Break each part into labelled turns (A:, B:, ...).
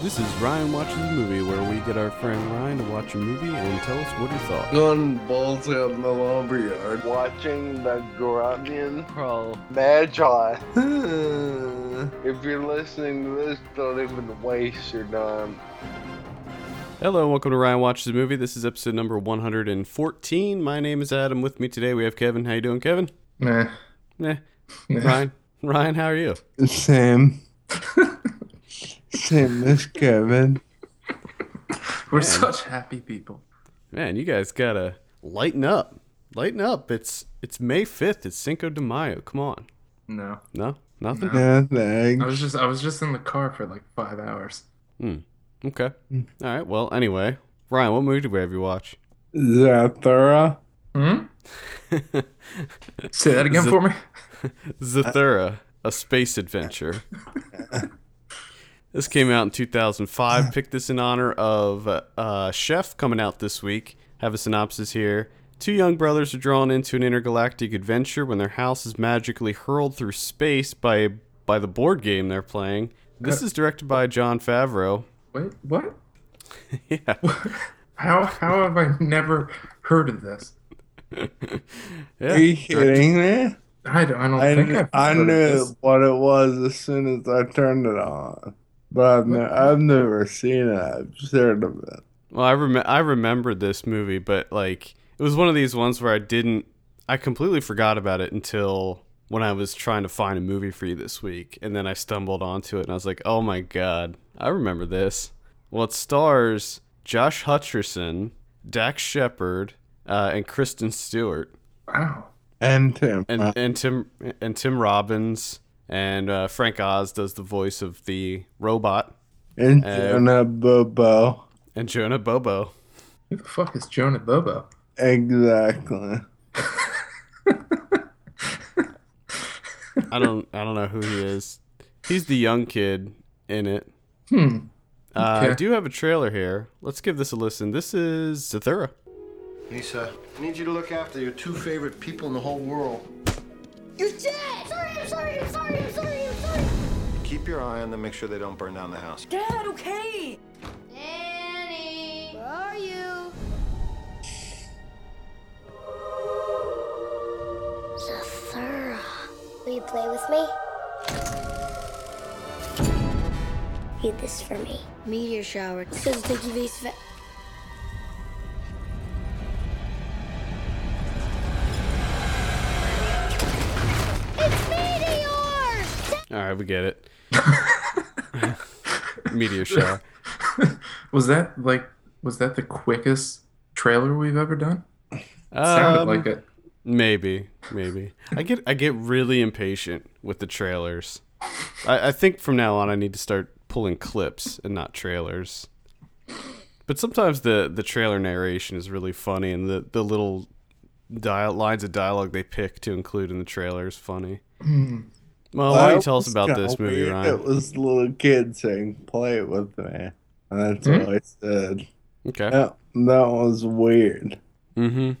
A: This is Ryan Watches a Movie, where we get our friend Ryan to watch a movie and tell us what he thought.
B: Gun balls out in the lumber yard.
C: watching the Grunian
D: Pro.
C: Magi. If you're listening to this, don't even waste your time.
A: Hello, and welcome to Ryan Watches a Movie. This is episode number 114. My name is Adam. With me today, we have Kevin. How you doing, Kevin?
B: Nah.
A: Nah. Ryan. Ryan, how are you?
C: Same. Same as Kevin.
B: We're such happy people.
A: Man, you guys gotta lighten up. Lighten up. It's it's May 5th. It's Cinco de Mayo. Come on.
B: No.
A: No? Nothing?
C: Yeah,
B: I
C: thanks.
B: was just I was just in the car for like five hours.
A: Okay. All right. Well, anyway, Ryan, what movie did we have you watch?
C: Zathura.
B: Hmm? Say that again for me.
A: Zathura, a space adventure. this came out in 2005. Picked this in honor of uh, uh, Chef coming out this week. Have a synopsis here. Two young brothers are drawn into an intergalactic adventure when their house is magically hurled through space by by the board game they're playing. This is directed by John Favreau.
B: Wait, what?
A: yeah.
B: How how have I never heard of this?
A: yeah.
C: Are you kidding me?
B: I don't, I don't
C: I,
B: think
C: kn-
B: I've
C: I
B: heard of
C: knew
B: this.
C: what it was as soon as I turned it on. But I've, ne- I've never seen it. I've just heard of it.
A: Well, I rem- I remembered this movie, but like it was one of these ones where I didn't I completely forgot about it until when I was trying to find a movie for you this week, and then I stumbled onto it and I was like, "Oh my god, I remember this." Well, it stars Josh Hutcherson, Dax Shepard, uh, and Kristen Stewart,
B: Wow.
C: And Tim.
A: and and Tim and Tim Robbins, and uh, Frank Oz does the voice of the robot,
C: and
A: uh,
C: Jonah Bobo.
A: and Jonah Bobo.
B: Who the fuck is Jonah Bobo?
C: Exactly.
A: I don't I don't know who he is. He's the young kid in it.
B: Hmm.
A: Uh, I
B: Okay.
A: do have a trailer here. Let's give this a listen. This is Zathura.
E: Lisa, I need you to look after your two favorite people in the whole world.
F: You're dead! Sorry, I'm sorry, I'm sorry, I'm sorry, I'm sorry!
E: Keep your eye on them, make sure they don't burn down the house.
F: Dad, okay! Annie! Where are you? Zathura. Will you play with me? Read this for me. Meteor shower. Says take you face fa- It's meteors!
A: All right, we get it. Meteor shower.
B: Was that like was that the quickest trailer we've ever done? Sounded
A: Um,
B: like it.
A: maybe, maybe. I get I get really impatient with the trailers. I, I think from now on I need to start pulling clips and not trailers. But sometimes the the trailer narration is really funny, and the the little dial- lines of dialogue they pick to include in the trailer is funny.
B: Hmm.
A: Well, why don't you tell us about this movie,
C: It
A: Ryan?
C: was the little kid saying, play it with me. And that's what I said.
A: Okay.
C: That, that was weird.
A: Mm-hmm.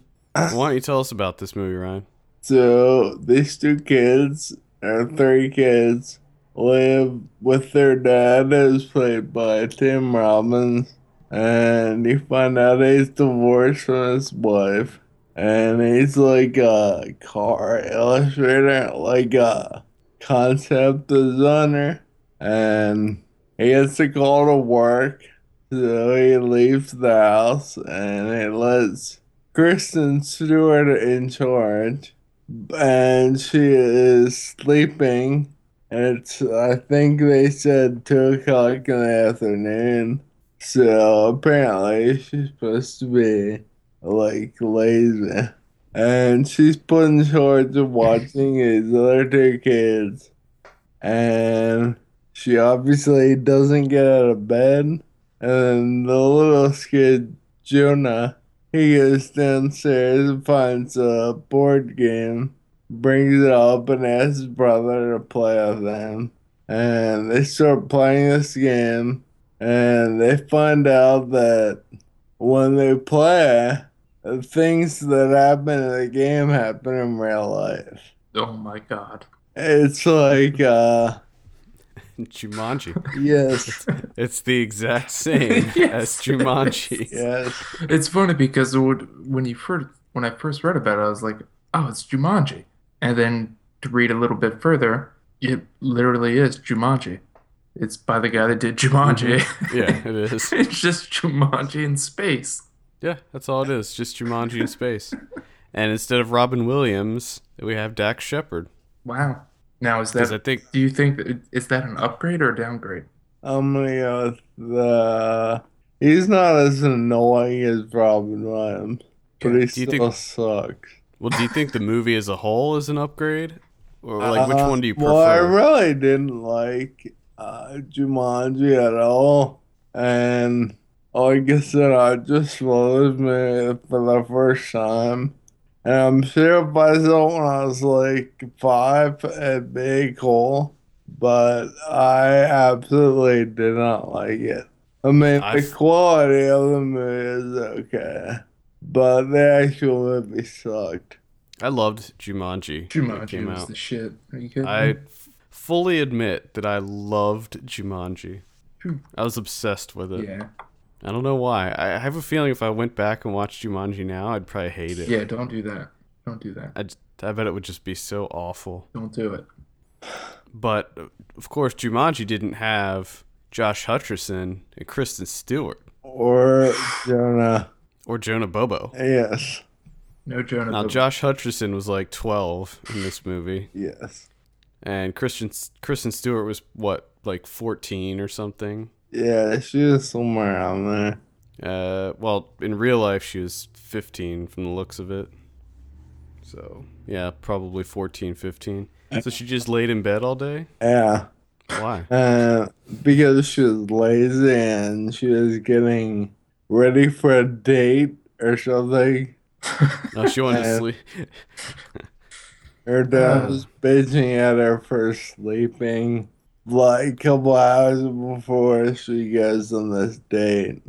A: Why don't you tell us about this movie, Ryan?
C: So these two kids, or three kids, live with their dad, who's played by Tim Robbins, and you find out he's divorced from his wife, and he's like a car illustrator, like a concept designer, and he has to call to work, so he leaves the house, and he lets Kristen Stewart in charge, and she is sleeping. And it's, I think they said 2 o'clock in the afternoon. So apparently she's supposed to be like lazy. And she's put in charge of watching these other two kids. And she obviously doesn't get out of bed. And the little kid, Jonah, he goes downstairs and finds a board game, brings it up, and asks his brother to play with him. And they start playing this game, and they find out that when they play, the things that happen in the game happen in real life.
B: Oh my god.
C: It's like, uh,
A: Jumanji.
C: Yes.
A: It's the exact same as Jumanji.
C: yes.
B: It's funny because it would, when you first when I first read about it, I was like, "Oh, it's Jumanji," and then to read a little bit further, it literally is Jumanji. It's by the guy that did Jumanji.
A: Yeah, it is.
B: it's just Jumanji in space.
A: Yeah, that's all it is. Just Jumanji in space. And instead of Robin Williams, we have Dax Shepard.
B: Wow. Now is
A: Because
B: that?
A: I think
B: do you think that- is that an upgrade or a downgrade?
C: I'm gonna go with the. He's not as annoying as Robin Williams, but he
A: Do you
C: still
A: think-
C: sucks.
A: Well, do you think the movie as a whole is an upgrade, or like which
C: Uh,
A: one do you prefer?
C: Well, I really didn't like uh, Jumanji at all, and like I said, I just loathed me for the first time. And I'm sure if I saw it when I was like five, it'd be cool, but I absolutely did not like it. I mean,
A: I
C: the
A: f-
C: quality of the movie is okay, but the actual movie sucked.
A: I loved Jumanji. when it
B: Jumanji
A: came
B: was
A: out.
B: the shit. Are you kidding?
A: I
B: me?
A: f- fully admit that I loved Jumanji.
B: Phew.
A: I was obsessed with it.
B: yeah,
A: I don't know why. I I have a feeling if I went back and watched Jumanji now, I'd probably hate it.
B: yeah. Don't do that. Don't do that.
A: I, j- I bet it would just be so awful.
B: Don't do it.
A: But uh, of course, Jumanji didn't have Josh Hutcherson and Kristen Stewart
C: Or Jonah.
A: or Jonah Bobo.
C: Yes.
B: No Jonah.
A: Now,
B: Bo-
A: Josh Hutcherson was like 12 in this movie,
C: Yes.
A: and Christian Kristen Stewart was what, like 14 or something.
C: Yeah, she was somewhere around there.
A: Uh, well, in real life, she was 15 from the looks of it. So, yeah, probably 14, 15. So she just laid in bed all day?
C: Yeah.
A: Why?
C: Uh, because she was lazy and she was getting ready for a date or something.
A: No, she wanted to
C: Uh,
A: sleep.
C: Her dad was bitching at her for sleeping like a couple hours before she goes on this date.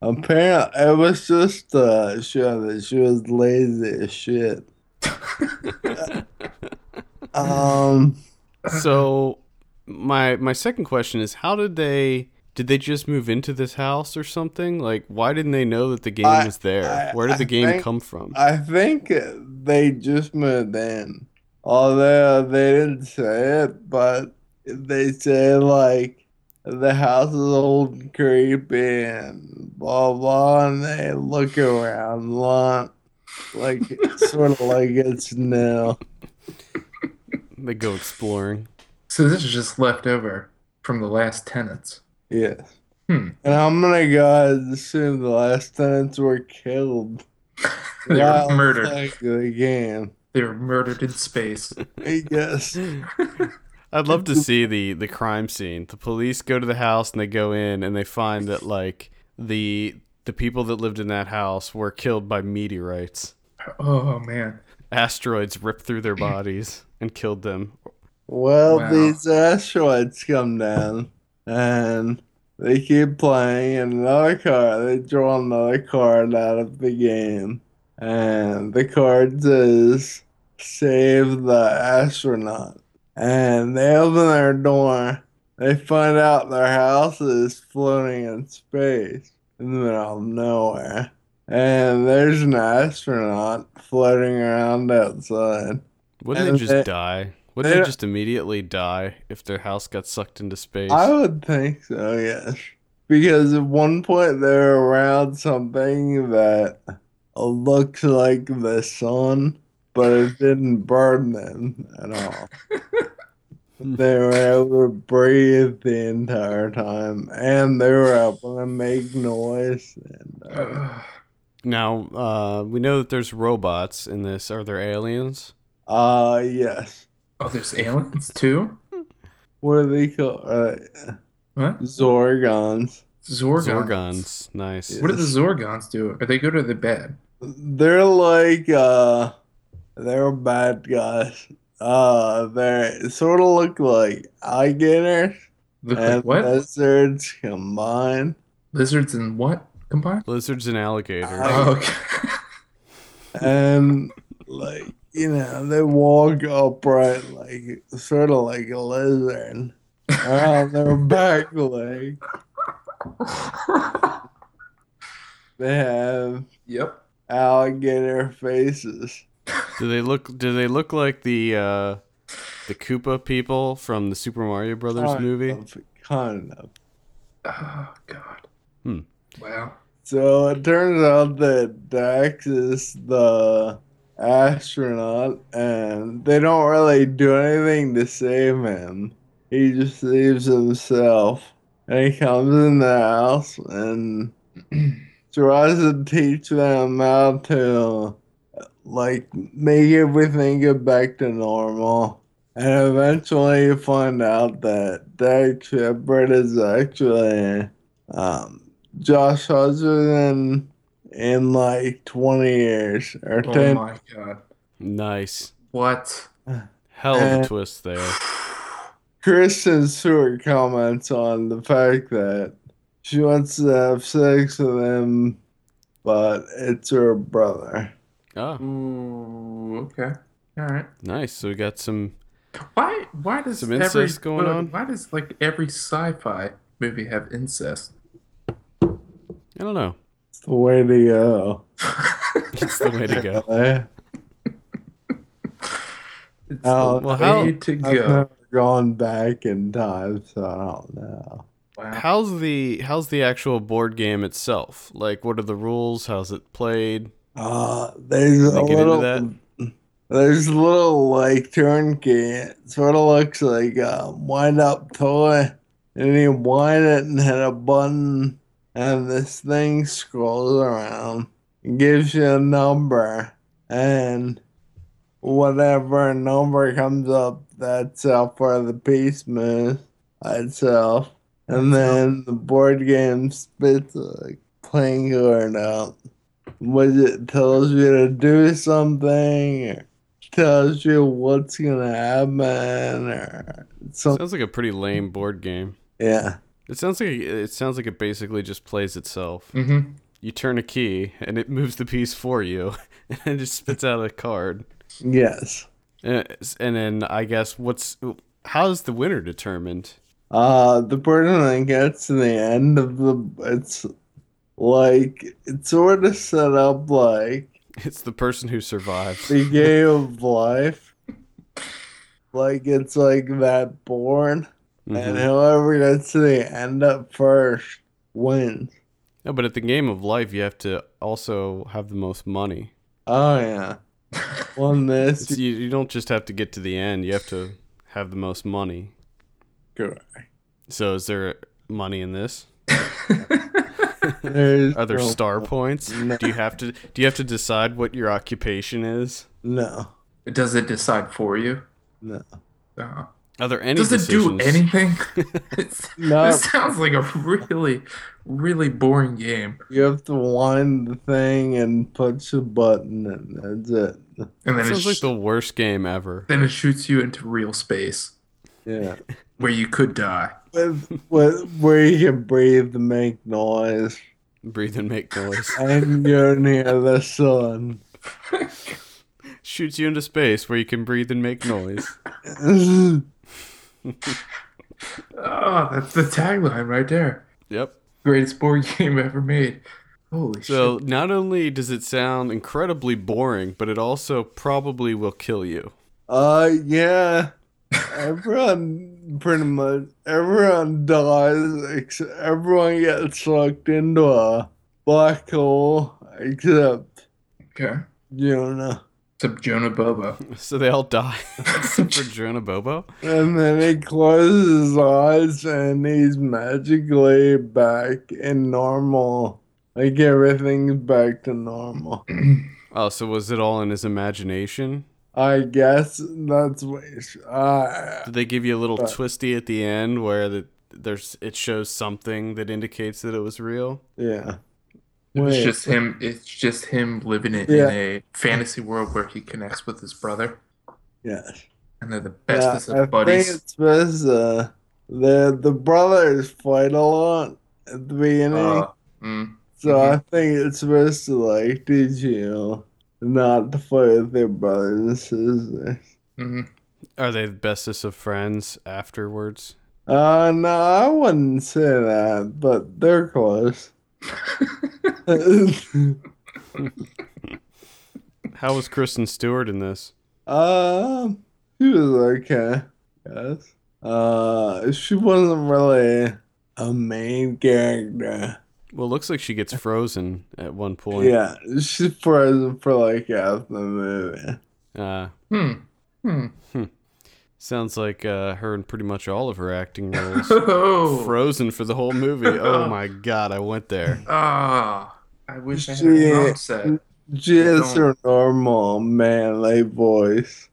C: Apparently, it was just uh, show that she was lazy as shit. um.
A: so my my second question is how did they did they just move into this house or something like why didn't they know that the game
C: I-
A: was there
C: I-
A: where did the
C: I
A: game
C: think-
A: come from
C: I think they just moved in. Although they didn't say it, but they say like the house is old and creepy and blah blah, and they look around a lot, like sort of like it's new.
A: they go exploring
B: so this is just left over from the last tenants.
C: Yeah.
B: Hmm.
C: And I'm gonna go and assume the last tenants were killed.
B: They were
C: Not
B: murdered.
C: Like the game.
B: They were murdered in space.
C: I guess.
A: i'd love to see the the crime scene the police go to the house and they go in and they find that like the the people that lived in that house were killed by meteorites
B: Oh man.
A: asteroids ripped through their bodies and killed them
C: Well,
B: Wow.
C: these asteroids come down and they keep playing in another card. They draw another card out of the game. And the card says, Save the astronaut. And they open their door. They find out their house is floating in space in the middle of nowhere. And there's an astronaut floating around outside.
A: Wouldn't
C: And
A: they just
C: they-
A: die? Wouldn't
C: they-
A: they just immediately die if their house got sucked into space?
C: I would think so, yes. Because at one point they're around something that looks like the sun, but it didn't burn them at all. they were able to breathe the entire time, and they were able to make noise. And, uh,
B: Ugh.
A: Now, uh, we know that there's robots in this. Are there aliens?
C: uh, yes.
B: Oh, there's aliens too.
C: What are they called? Uh,
B: What?
C: Zorgons.
B: Zorgons.
A: Zorgons. Nice.
B: What do the Zorgons do? Or they go to the bed?
C: They're like uh they're bad guys. Uh they sort of look like alligators
B: Look
C: and
B: like what?
C: lizards combined.
B: Lizards and what combined?
A: Lizards and alligators.
C: Uh,
B: Oh, okay.
C: And like you know, they walk upright like sort of like a lizard. on their back leg. They have
B: Yep.
C: alligator faces.
A: Do they look? Do they look like the uh, the Koopa people from the Super Mario Brothers
C: Kind
A: movie?
C: of, kind of.
B: Oh God.
A: Hmm.
B: Wow.
C: So it turns out that Dax is the astronaut, and they don't really do anything to save him. He just leaves himself, and he comes in the house and tries to teach them how to, like, make everything get back to normal. And eventually, you find out that Dax Shepard is actually um, Josh Hudson in, in like 20 years or
B: Oh
C: 10.
B: my God.
A: Nice,
B: What?
A: hell of
C: Uh,
A: a twist there.
C: Kristen Stewart comments on the fact that she wants to have sex with him, but it's her brother.
A: Oh,
B: Ooh. Okay. All right.
A: nice. So we got some.
B: Why? Why does
A: Some
B: every
A: incest going
B: why-
A: on?
B: Why does like every sci-fi movie have incest?
A: I don't know.
C: It's the way to go.
A: It's the way to go.
C: Eh?
B: It's
C: Oh,
B: the
A: well, how-
B: way to
C: I've
B: go.
C: never gone back in time, so I don't know.
B: Wow.
A: How's the how's the actual board game itself? Like, what are the rules? How's it played?
C: Uh, there's
A: They
C: a
A: get into
C: little,
A: that?
C: there's a little like turnkey. It sort of looks like a wind up toy, and you wind it and hit a button, and this thing scrolls around, and gives you a number, and whatever number comes up, that's how far the piece moves itself, and then the board game spits a playing card out was it tells you to do something or tells you what's gonna happen or something
A: Sounds like a pretty lame board game.
C: yeah
A: It sounds like it sounds like it basically just plays itself.
B: hmm
A: You turn a key and it moves the piece for you, and it just spits out a card.
C: yes
A: And it's- and then I guess what's how's the winner determined?
C: uh the person that gets to the end of the it's like it's sort of set up like
A: It's the person who survives.
C: the game of life like it's like that board and
A: Mhm.
C: whoever gets to the end up first wins
A: No, but at the game of life, you have to also have the most money.
C: oh yeah won this
A: It's, you, you don't just have to get to the end; you have to have the most money.
C: Correct.
A: So, is there money in this?
C: There's
A: Are there
C: no-
A: star points? Do you have to do you have to decide what your occupation is?
C: No,
B: Does it decide for you?
C: no.
B: Uh,
A: Are there any
B: does it do
A: decisions?
B: anything? It's-
C: No.
B: This sounds like a really, really boring game.
C: You have to wind the thing and punch a button, and that's it.
B: And then it,
A: Sounds like
B: sh-
A: the worst game ever.
B: then it shoots you into real space
C: Yeah.
B: where you could die.
C: With, with, where you can breathe and make noise,
A: Breathe and make noise.
C: and you're near the sun.
A: Shoots you into space where you can breathe and make noise.
B: Oh, that's the tagline right there.
A: Yep.
B: Greatest board game ever made. Holy shit!
A: So not only does it sound incredibly boring, but it also probably will kill you.
C: uh, yeah. Everyone, pretty much, everyone dies. Ex- everyone gets sucked into a black hole, except
B: Okay.
C: Jonah.
B: Except Jonah Bobo.
A: So they all die except for Jonah Bobo.
C: And then he closes his eyes and he's magically back in normal. Like everything's back to normal.
A: Oh, so was it all in his imagination?
C: I guess that's what. it's- Uh,
A: Did they give you a little
C: Right.
A: twisty at the end where the, there's it shows something that indicates that it was real?
C: yeah.
B: It's
C: Wait.
B: just him. It's just him living it
C: Yeah.
B: in a fantasy world where he connects with his brother,
C: yes.
B: and they're the
C: Yeah,
B: bestest
C: I
B: of buddies.
C: think it's because uh, the the brothers fight a lot at the beginning,
B: Uh, mm,
C: so I think it's supposed to like teach you not to fight with your brothers and sisters.
B: mhm.
A: Are they the bestest of friends afterwards?
C: Uh, no, I wouldn't say that, but they're close.
A: How was Kristen Stewart in this?
C: Um, she was okay. Yes. Uh, she wasn't really a main character.
A: Well, it looks like she gets frozen at one point.
C: Yeah, she's frozen for like half the movie.
A: Uh,
B: Hmm. Hmm.
A: sounds like uh, her in pretty much all of her acting roles.
B: Oh.
A: frozen for the whole movie. Oh my god, I went there.
B: Ah. I wish I had an
C: Yeah.
B: offset.
C: She has
B: Don't-
C: her normal manly voice.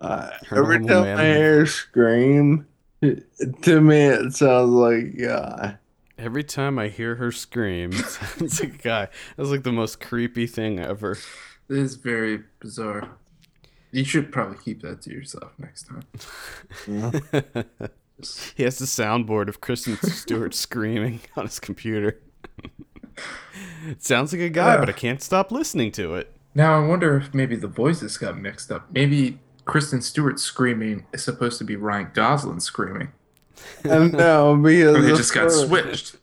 C: Uh,
A: Her
C: every
A: normal
C: time I
A: manly-
C: hear her scream, it- to me it sounds like God.
A: Every time I hear her scream, it sounds like a guy. That's like the most creepy thing ever.
B: This is very bizarre. You should probably keep that to yourself next time.
A: he has the soundboard of Kristen Stewart screaming on his computer. it sounds like a guy, but I can't stop listening to it.
B: Now I wonder if maybe the voices got mixed up. Maybe Kristen Stewart screaming is supposed to be Ryan Gosling screaming,
C: And no, because
B: or they
C: of
B: just got
C: her-
B: switched.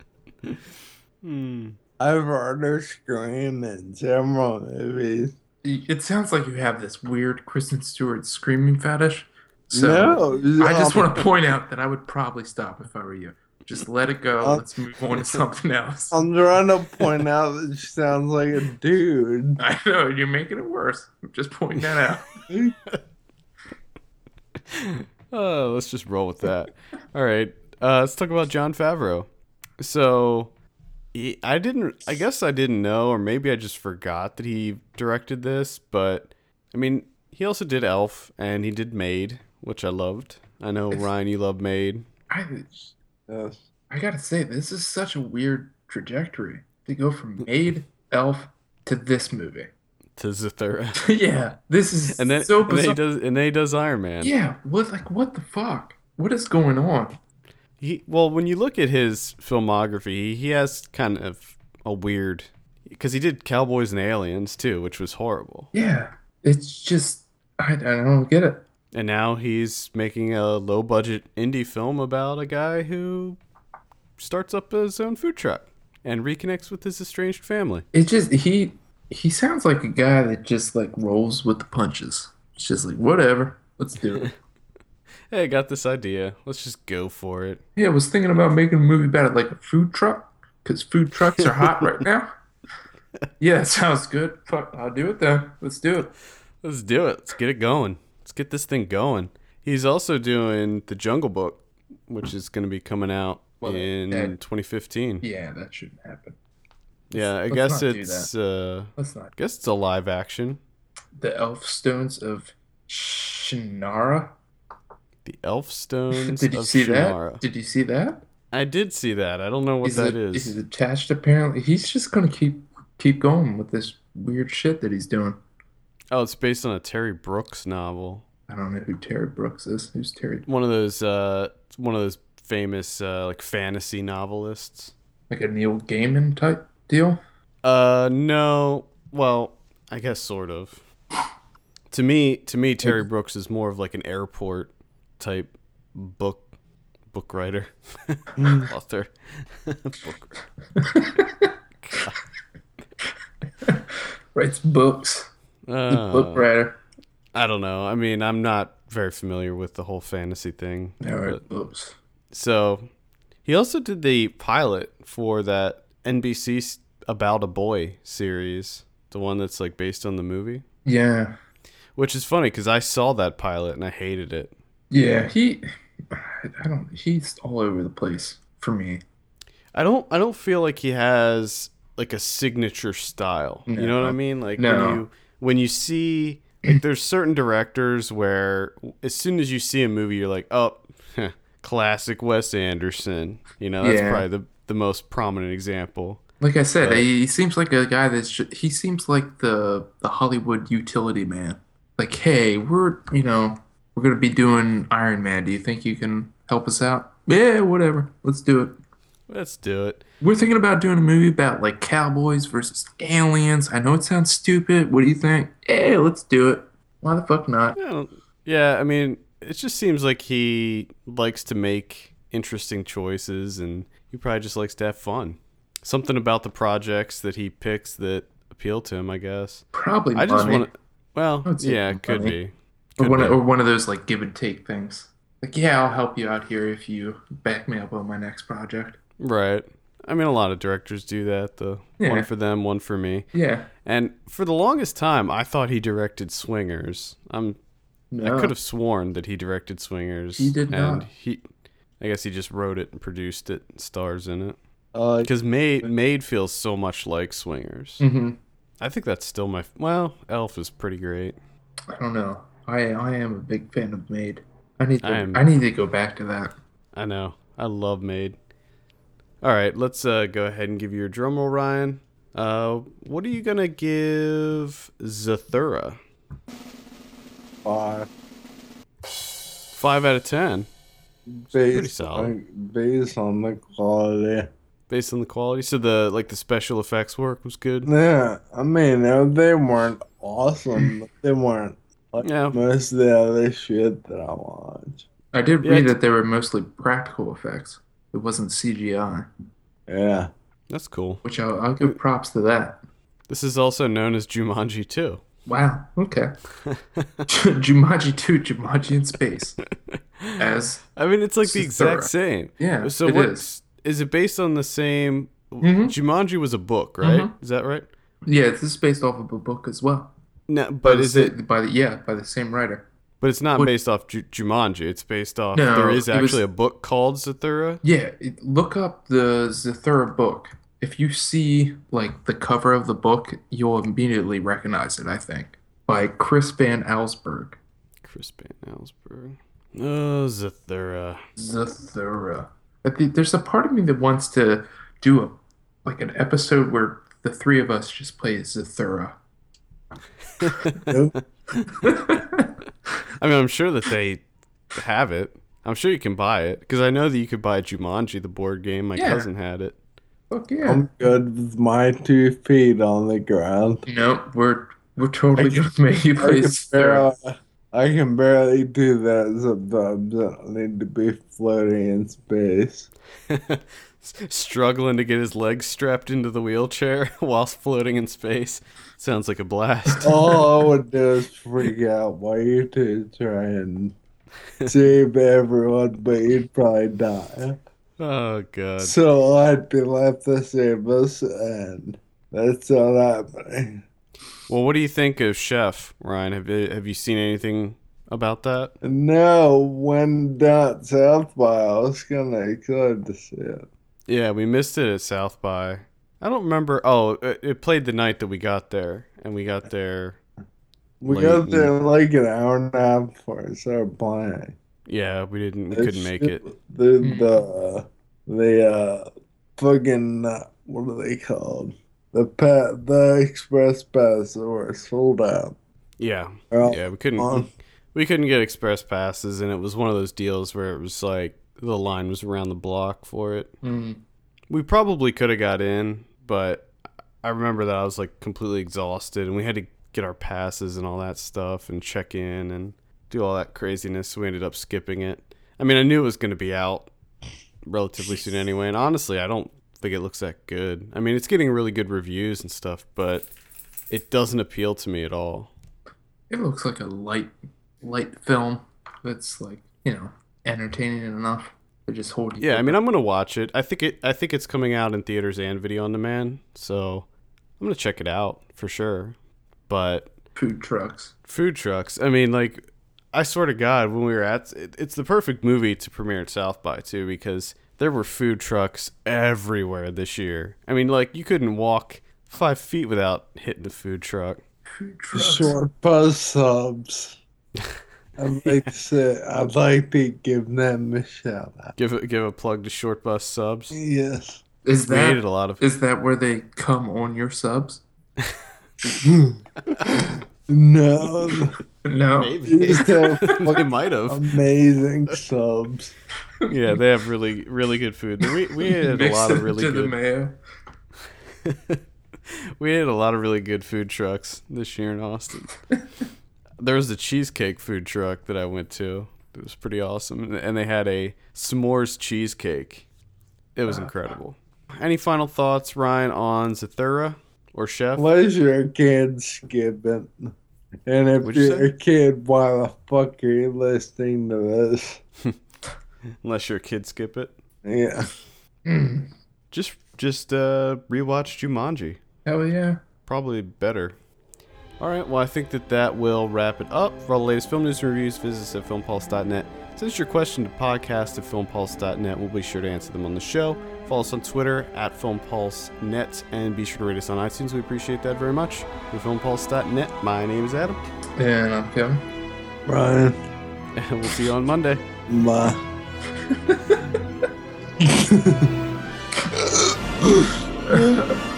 C: I've heard her scream in several movies.
B: It sounds like you have this weird Kristen Stewart screaming fetish. So
C: no,
B: I just
C: um,
B: want to point out that I would probably stop if I were you. Just let it go.
C: Uh,
B: Let's move on to something else.
C: I'm trying to point out that she sounds like a dude.
B: I know you're making it worse. I'm just pointing that out.
A: Oh, let's just roll with that. All right, uh, let's talk about John Favreau. So, he, I didn't. I guess I didn't know, or maybe I just forgot that he directed this. But I mean, he also did Elf, and he did Maid, which I loved. I know Ryan, you love Maid.
B: I
C: Yes.
B: I gotta say, this is such a weird trajectory to go from Maid, Elf to this movie.
A: to Zathura,
B: yeah, this is
A: and then,
B: so
A: and then he
B: bizarre.
A: does and then he does Iron Man.
B: yeah, what like what the fuck? What is going on?
A: He, well, when you look at his filmography, he has kind of a weird because he did Cowboys and Aliens too, which was horrible.
B: Yeah, it's just I, I don't get it.
A: And now he's making a low budget indie film about a guy who starts up his own food truck and reconnects with his estranged family.
B: It just he he sounds like a guy that just like rolls with the punches. It's just like whatever, let's do it.
A: Hey, I got this idea. Let's just go for it.
B: yeah, I was thinking about making a movie about it, like a food truck, because food trucks are hot right now. Yeah, it sounds good. Fuck, I'll do it then. Let's do it.
A: Let's do it. Let's get it going. Let's get this thing going. He's also doing The Jungle Book, which is going to be coming out
B: Well,
A: in
B: that-
A: 2015. Yeah,
B: Yeah, that shouldn't happen.
A: I
B: let's
A: guess
B: not do
A: it's uh
B: Let's not.
A: I guess it's a live action.
B: The Elf Stones of Shannara.
A: The Elf Stones
B: Did you
A: of
B: see
A: Shannara.
B: that? Did you see that?
A: I did see that. I don't know what
B: He's
A: that
B: a-
A: is.
B: He's attached. Apparently, he's just gonna keep keep going with this weird shit that he's doing.
A: Oh, it's based on a Terry Brooks novel.
B: I don't know who Terry Brooks is. Who's Terry?
A: One of those uh one of those famous uh like fantasy novelists.
B: Like a Neil Gaiman type deal?
A: Uh no, well, I guess sort of. To me, to me Terry Brooks is more of like an airport type book book writer, author. book.
B: Writes books. Book
A: Uh,
B: writer.
A: I don't know. I mean, I'm not very familiar with the whole fantasy thing.
B: All right,
A: but-
B: books.
A: So he also did the pilot for that NBC s- About a Boy series, the one that's like based on the movie,
B: Yeah,
A: which is funny because I saw that pilot and I hated it.
B: yeah. He, I don't. He's all over the place for me.
A: I don't I don't feel like he has like a signature style. You know what I
B: No.
A: mean? Like
B: No.
A: when you when you see like there's certain directors where as soon as you see a movie you're like, "Oh, heh, classic Wes Anderson." You know, that's
B: Yeah.
A: probably the the most prominent example.
B: Like I said,
A: But-
B: he seems like a guy that's ju- he seems like the the Hollywood utility man. Like, hey, we're you know we're gonna be doing Iron Man. Do you think you can help us out? Yeah, whatever. Let's do it.
A: Let's do it.
B: We're thinking about doing a movie about like cowboys versus aliens. I know it sounds stupid. What do you think? Yeah, let's do it. Why the fuck not?
A: I don't- yeah, I mean, it just seems like he likes to make interesting choices, and he probably just likes to have fun. Something about the projects that he picks that appeal to him, I guess.
B: Probably
A: I just
B: money.
A: want to. Well,
B: would say
A: yeah, it could
B: money.
A: be.
B: or
A: Could
B: one,
A: be.
B: or one of those like give and take things. Like, yeah, I'll help you out here if you back me up on my next project.
A: Right. I mean, a lot of directors do that. The
B: Yeah.
A: one for them, one for me.
B: Yeah,
A: And for the longest time, I thought he directed Swingers. I'm
B: no,
A: I could have sworn that he directed Swingers.
B: He did
A: and
B: not.
A: He, I guess he just wrote it and produced it, and stars in it.
C: Uh,
A: Because Made Made feels so much like Swingers.
B: hmm
A: I think that's still my well. Elf is pretty great.
B: I don't know. I I am a big fan of Maid. I need to,
A: I
B: I,
A: am-
B: need to go back to that.
A: I know. I love Made. All right, let's uh, go ahead and give you your drum roll, Ryan. Uh, what are you gonna give Zathura?
C: five.
A: Five out of ten,
C: Based
A: solid.
C: on, based on the quality.
A: based on the quality. So the like the special effects work was good.
C: Yeah, I mean, uh, they weren't awesome. But they weren't like
A: Yeah.
C: most of the other shit that I watch.
B: I did
A: Yeah,
B: read
A: it's-
B: that they were mostly practical effects. It wasn't CGI,
C: Yeah.
A: That's cool.
B: which I'll, I'll
A: Mm.
B: give props to that.
A: This is also known as Jumanji 2.
B: Wow. Okay. Jumanji two, Jumanji in space. As
A: I mean, it's like the
B: Zathura.
A: exact same.
B: yeah,
A: So
B: it
A: what's
B: is.
A: is it based on the same?
B: Mhm.
A: Jumanji was a book,
B: Mm-hmm.
A: right? Is that right?
B: Yeah, this is based off of a book as well.
A: No, but
B: the
A: is
B: sa-
A: it?
B: by the yeah by the same writer?
A: But it's not
B: what-
A: based off Ju- Jumanji. It's based off.
B: No,
A: there is
B: it was-
A: actually a book called Zathura.
B: Yeah, it, look up the Zathura book. If you see like the cover of the book, you'll immediately recognize it. I think by Chris Van Allsburg.
A: Chris Van Allsburg. Oh, Zathura.
B: Zathura. I think there's a part of me that wants to do a like an episode where the three of us just play Zathura.
C: Nope.
A: I mean, I'm sure that they have it. I'm sure you can buy it because I know that you could buy Jumanji, the board game. My
B: Yeah.
A: cousin had it.
B: Fuck yeah.
C: I'm good with my two feet on the ground.
B: no, we're we're totally
C: I can-
B: gonna make you
C: I uh,
B: play
C: can,
B: Zathura.
C: barely, I can barely do that sometimes. I don't need to be floating in space.
A: struggling to get his legs strapped into the wheelchair whilst floating in space. Sounds like a blast.
B: Oh.
C: All I would do is freak out while you two try and save everyone, but you'd probably die.
A: Oh god.
C: So I'd be left to save us, and that's not happening.
A: Well, what do you think of Chef Ryan? Have you, have you seen anything about that?
C: No, when down south by, I was kind of excited to see it.
A: Yeah, we missed it at South by. I don't remember. Oh, it, it played the night that we got there, and we got there.
C: We
A: Late
C: got there
A: evening.
C: like an hour and a half before it started playing.
A: Yeah, we didn't. We
C: That
A: couldn't make it.
C: shit- The the the uh, fucking uh, what are they called? The pet the express pass were sold out.
A: Yeah,
C: Well,
A: yeah, we couldn't.
C: um,
A: we couldn't get express passes, and it was one of those deals where it was like the line was around the block for it.
B: Mm.
A: We probably could have got in, but I remember that I was like completely exhausted and we had to get our passes and all that stuff and check in and do all that craziness. So we ended up skipping it. I mean, I knew it was going to be out relatively soon anyway. And honestly, I don't think it looks that good. I mean, it's getting really good reviews and stuff, but it doesn't appeal to me at all.
B: It looks like a light light film that's like, you know, entertaining enough to just hold you.
A: Yeah, I mean, I'm gonna watch it. I think it. I think it's coming out in theaters and video on demand, so I'm gonna check it out for sure. But
B: food trucks.
A: food trucks. I mean, like, I swear to God, when we were at, it, it's the perfect movie to premiere at South by too, because there were food trucks everywhere this year. I mean, like, you couldn't walk five feet without hitting a food truck.
B: Food trucks.
C: short bus subs. I'd like to say I'd like to give them a shout out.
A: Give a, give a plug to Short Bus Subs.
C: Yes.
B: Is
A: We
B: that
A: hated a lot of.
B: is that where they come on your subs?
C: No,
B: No.
C: they
A: Maybe
C: just have
A: they
C: fucking
A: might have.
B: Um,
C: amazing subs.
A: Yeah, they have really really good food. We we had a
B: Mix
A: lot of
B: it
A: really
B: to the
A: good.
B: mayo.
A: we had a lot of really good food trucks this year in Austin. there was the cheesecake food truck that I went to. It was pretty awesome. And- And they had a s'mores cheesecake. It was incredible. Any final thoughts, Ryan, on Zathura or Chef?
C: Pleasure can skip it. And if
A: What'd you
C: you're
A: say?
C: a kid, why the fuck are you listening to this?
A: Unless your kids skip it.
C: Yeah.
A: Just just uh, rewatch Jumanji.
B: Hell yeah.
A: Probably better. All right, well, I think that that will wrap it up. For all the latest film news and reviews, visit us at filmpulse.net. Send us your question to podcast at filmpulse.net. We'll be sure to answer them on the show. Follow us on Twitter at filmpulsenet, and be sure to rate us on iTunes. We appreciate that very much. For filmpulse.net, my name is Adam,
B: And I'm Kevin.
C: Brian,
A: and we'll see you on Monday.
C: bye.
B: Uh,
A: Oh,
B: God.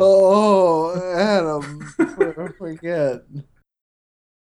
C: Oh, Adam, I forget.